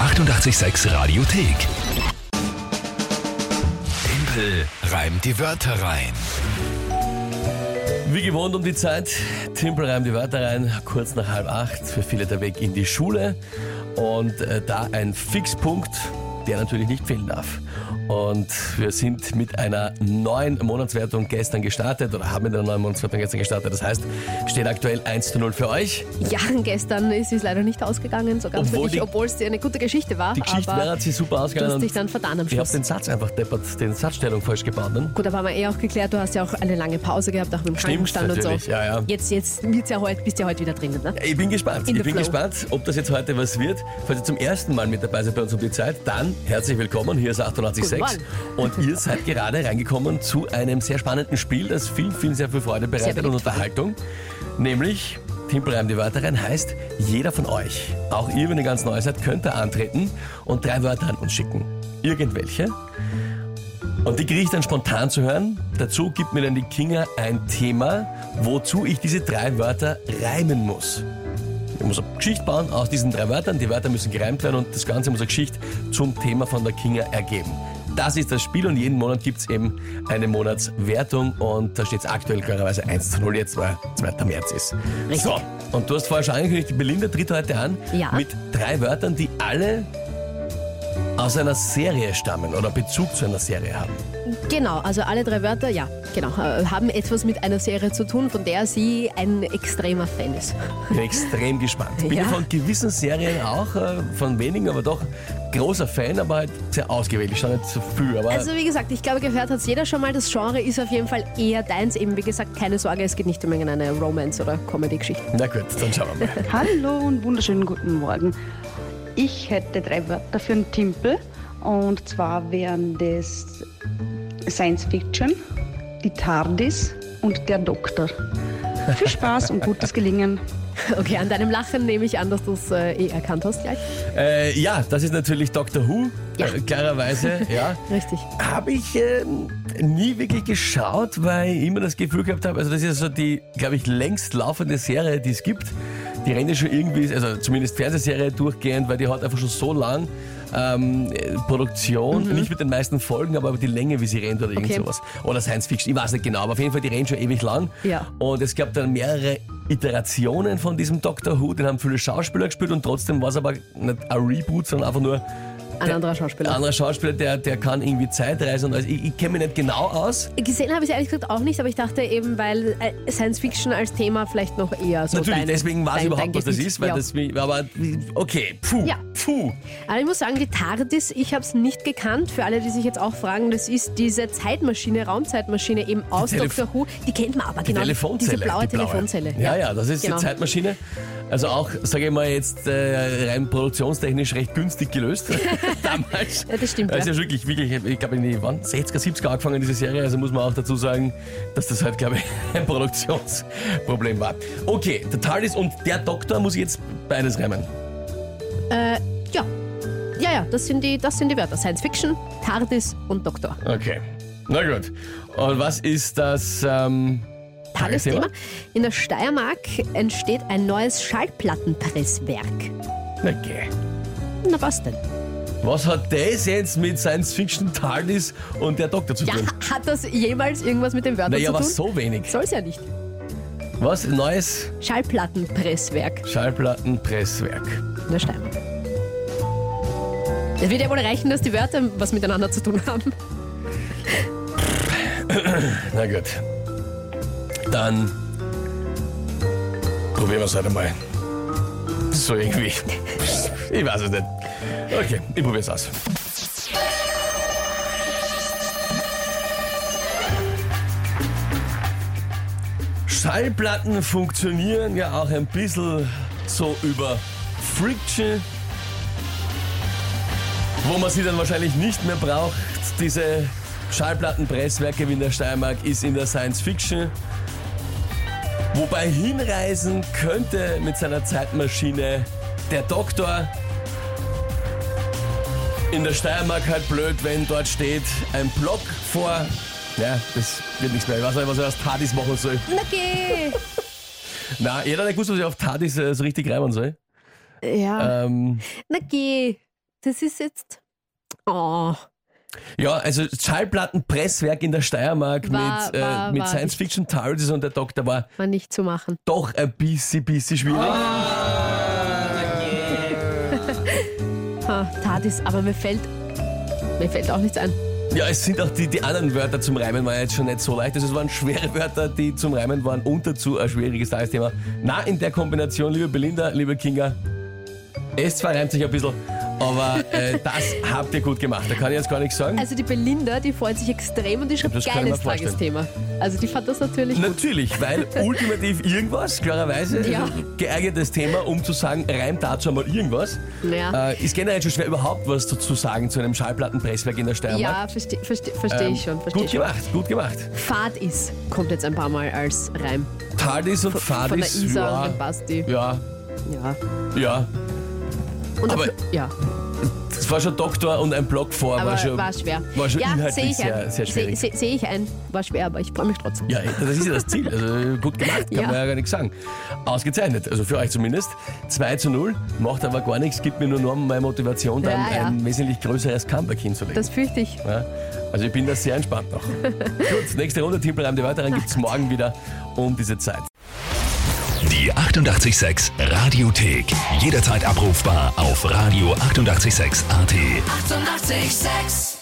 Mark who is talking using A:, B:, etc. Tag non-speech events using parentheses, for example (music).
A: 886 Radiothek. Tempel reimt die Wörter rein.
B: Wie gewohnt um die Zeit, Timpel reimt die Wörter rein, kurz nach halb acht, für viele der Weg in die Schule. Und äh, da ein Fixpunkt, der natürlich nicht fehlen darf. Und wir sind mit einer neuen Monatswertung gestern gestartet, oder haben mit einer neuen Monatswertung gestern gestartet. Das heißt, steht aktuell 1 zu 0 für euch.
C: Ja, gestern ist es leider nicht ausgegangen, so ganz
B: Obwohl
C: wirklich,
B: die-
C: obwohl es eine gute Geschichte war.
B: Die Geschichte wäre
C: aber
B: hat sich super
C: du
B: ausgegangen.
C: hast dich
B: und
C: dann vertan am
B: Ich habe
C: Schluss.
B: den Satz einfach deppert, den Satzstellung falsch gebaut. Ne?
C: Gut, aber haben wir eh auch geklärt, du hast ja auch eine lange Pause gehabt, auch mit dem
B: Stimmt,
C: Krankenstand und so.
B: natürlich, ja, ja.
C: Jetzt, jetzt wird's ja heute, bist ja heute wieder drinnen, ne?
B: Ich bin gespannt.
C: In
B: Ich
C: the
B: bin
C: flow.
B: gespannt, ob das jetzt heute was wird. Falls ihr zum ersten Mal mit dabei seid bei uns um die Zeit, dann herzlich willkommen. Hier ist
C: Guten
B: 886. Und ihr seid gerade reingekommen zu einem sehr spannenden Spiel, das vielen, vielen sehr viel Freude bereitet
C: beliebt
B: und Unterhaltung. Nämlich, Timpel reimt die Wörter rein, heißt, jeder von euch, auch ihr, wenn ihr ganz neu seid, könnt da antreten und drei Wörter an uns schicken. Irgendwelche. Und die kriege ich dann spontan zu hören. Dazu gibt mir dann die Kinga ein Thema, wozu ich diese drei Wörter reimen muss. Ich muss eine Geschichte bauen aus diesen drei Wörtern. Die Wörter müssen gereimt werden und das Ganze muss eine Geschichte zum Thema von der Kinga ergeben. Das ist das Spiel und jeden Monat gibt es eben eine Monatswertung und da steht es aktuell klarerweise 1 zu 0 jetzt, weil 2. März ist.
C: Richtig.
B: So, und du hast vorher schon angekündigt, die Belinda tritt heute an
C: Ja.
B: mit drei Wörtern, die alle aus einer Serie stammen oder Bezug zu einer Serie haben.
C: Genau, also alle drei Wörter, ja, genau, äh, haben etwas mit einer Serie zu tun, von der sie ein extremer Fan ist. (laughs)
B: Bin extrem gespannt. Bin
C: Ja.
B: ja. von gewissen Serien auch, äh, von wenigen, aber doch großer Fan, aber halt sehr ausgewählt. Ich stand nicht zu viel, aber
C: Also wie gesagt, ich glaube, gehört hat es jeder schon mal. Das Genre ist auf jeden Fall eher deins. Eben wie gesagt, keine Sorge, es geht nicht um irgendeine Romance- oder Comedy-Geschichte. (laughs)
B: na gut, dann schauen wir mal.
D: Hallo und wunderschönen guten Morgen. Ich hätte drei Wörter für einen Timpel. Und zwar wären das Science Fiction, die TARDIS und der Doktor. Viel Spaß und gutes Gelingen.
C: Okay, an deinem Lachen nehme ich an, dass du es äh, eh erkannt hast gleich.
B: Äh, ja, das ist natürlich Doctor Who,
C: Ja.
B: äh, klarerweise, ja.
C: Richtig.
B: Habe ich ähm, nie wirklich geschaut, weil ich immer das Gefühl gehabt habe, also das ist so die, glaube ich, längst laufende Serie, die es gibt. Die rennt ja schon irgendwie, also zumindest Fernsehserie durchgehend, weil die hat einfach schon so lang ähm, äh, Produktion, nicht mit den meisten Folgen, aber über die Länge, wie sie rennt oder irgend
C: Mhm. Okay.
B: sowas. Oder Science Fiction, ich weiß nicht genau, aber auf jeden Fall, die rennt schon ewig lang.
C: Ja.
B: Und es gab dann mehrere Iterationen von diesem Doctor Who, den haben viele Schauspieler gespielt und trotzdem war es aber nicht ein Reboot, sondern einfach nur
C: Ein anderer Schauspieler.
B: ein anderer Schauspieler, der, der kann irgendwie Zeitreisen. und alles. ich ich kenne mich nicht genau aus.
C: Gesehen habe ich es ehrlich gesagt auch nicht, aber ich dachte eben, weil äh, Science Fiction als Thema vielleicht noch eher so
B: Natürlich,
C: dein,
B: deswegen weiß ich
C: dein,
B: überhaupt,
C: dein
B: was das
C: Gebiet.
B: ist. Weil
C: ja.
B: das, wie- aber okay, puh,
C: Ja.
B: puh.
C: Aber ich muss sagen, die TARDIS, ich habe es nicht gekannt. Für alle, die sich jetzt auch fragen, das ist diese Zeitmaschine, Raumzeitmaschine eben aus
B: Telef-
C: Doctor Who. Die kennt man aber
B: Die
C: genau.
B: Telefonzelle.
C: Diese blaue,
B: die blaue.
C: Telefonzelle.
B: Ja, ja, das ist
C: Genau.
B: die Zeitmaschine. Also auch, sage ich mal, jetzt äh, rein produktionstechnisch recht günstig
C: (laughs)
B: gelöst. (laughs) Damals.
C: Ja, das stimmt,
B: Also
C: ja.
B: ja. wirklich, wirklich, ich glaube in die wann? 60er, 70er angefangen diese Serie. Also muss man auch dazu sagen, dass das halt, glaube ich, (laughs) ein Produktionsproblem war. Okay, der TARDIS und der Doktor muss ich jetzt beides reimen.
C: Äh, ja. Ja, ja, das sind, die, das sind die Wörter. Science Fiction, TARDIS und Doktor.
B: Okay. Na gut. Und was ist das? Ähm,
C: Tagesthema. In der Steiermark entsteht ein neues Schallplattenpresswerk.
B: Okay.
C: Na was denn?
B: Was hat das jetzt mit Science Fiction TARDIS und der Doktor zu
C: Ja,
B: tun?
C: hat das jemals irgendwas mit den Wörtern
B: naja,
C: zu
B: aber
C: tun?
B: so wenig.
C: Soll es ja nicht.
B: Was? Neues
C: Schallplattenpresswerk
B: Schallplattenpresswerk.
C: in der Steiermark. Es wird ja wohl reichen, dass die Wörter was miteinander zu tun haben.
B: Na gut. Dann probieren wir es halt einmal. So irgendwie. Ich weiß es nicht. Okay, ich probiere es aus. Schallplatten funktionieren ja auch ein bisschen so über Friction, wo man sie dann wahrscheinlich nicht mehr braucht. Diese Schallplattenpresswerke wie in der Steiermark ist in der Science Fiction. Wobei hinreisen könnte mit seiner Zeitmaschine der Doktor. In der Steiermark halt blöd, wenn dort steht ein Block vor. Ja, das wird nichts mehr. Ich weiß nicht, was ich aus Tardis machen soll.
C: (laughs) Okay.
B: Na, jeder hat nicht gewusst, was ich auf Tardis äh, so richtig reimen soll.
C: Ja.
B: Ähm,
C: Na geh. Das ist jetzt. Oh.
B: Ja, also Schallplattenpresswerk in der Steiermark
C: War-
B: mit, äh,
C: war-
B: mit
C: war
B: Science Fiction Tardis und der Doktor war
C: War nicht zu machen.
B: doch ein bisschen, bisschen schwierig.
C: Ah. Ha, Tardis, aber mir fällt. Mir fällt auch nichts ein.
B: Ja, es sind auch die, die anderen Wörter zum Reimen waren jetzt schon nicht so leicht. Also es waren schwere Wörter, die zum Reimen waren und dazu ein schwieriges Tagesthema. Na, in der Kombination, liebe Belinda, liebe Kinga, es zwar reimt sich ein bisschen, aber
C: (laughs)
B: äh, das habt ihr gut gemacht. Da kann ich jetzt gar nichts sagen.
C: Also die Belinda, die freut sich extrem und die schreibt
B: Das kann ich
C: geiles
B: mir vorstellen.
C: Tagesthema. Also die fand das natürlich gut.
B: Natürlich,
C: (laughs)
B: weil ultimativ irgendwas, klarerweise, also
C: Ja.
B: geeignetes Thema, um zu sagen, reimt dazu einmal irgendwas.
C: Ja.
B: Äh, ist generell schon schwer, überhaupt was zu, zu sagen zu einem Schallplattenpresswerk in der Steiermark. Ähm,
C: Ja, verstehe verste, versteh ich schon. Versteh
B: Gut
C: ich schon.
B: gemacht, gut gemacht.
C: Fahrt ist, kommt jetzt ein paar Mal als Reim.
B: Tardis und
C: Von der
B: Fadis,
C: Isa und dem
B: ja,
C: Basti.
B: ja,
C: Ja.
B: ja.
C: Und
B: Aber-
C: dafür- ja.
B: Das war schon Doktor und ein Blog vor,
C: Aber
B: war schon.
C: war schwer.
B: war schon
C: ja,
B: inhaltlich
C: sehe ich
B: sehr-
C: ein.
B: sehr schwierig.
C: Sehe seh ich ein. War schwer, aber ich freue mich trotzdem.
B: ja, das ist ja das Ziel. Also gut gemacht, kann
C: Ja.
B: man ja gar nichts sagen. Ausgezeichnet, also für euch zumindest. 2 zu 0, macht aber gar nichts, gibt mir nur noch mal Motivation, dann
C: Ja, ja.
B: ein wesentlich größeres Comeback hinzulegen.
C: Das fürchte ich.
B: Ja, also ich bin da sehr entspannt noch. Gut, nächste Runde, Timpel reimt die weiteren, gibt es morgen wieder um diese Zeit.
A: Die 886 Radiothek. Jederzeit abrufbar auf radio886.at. 886!
E: 886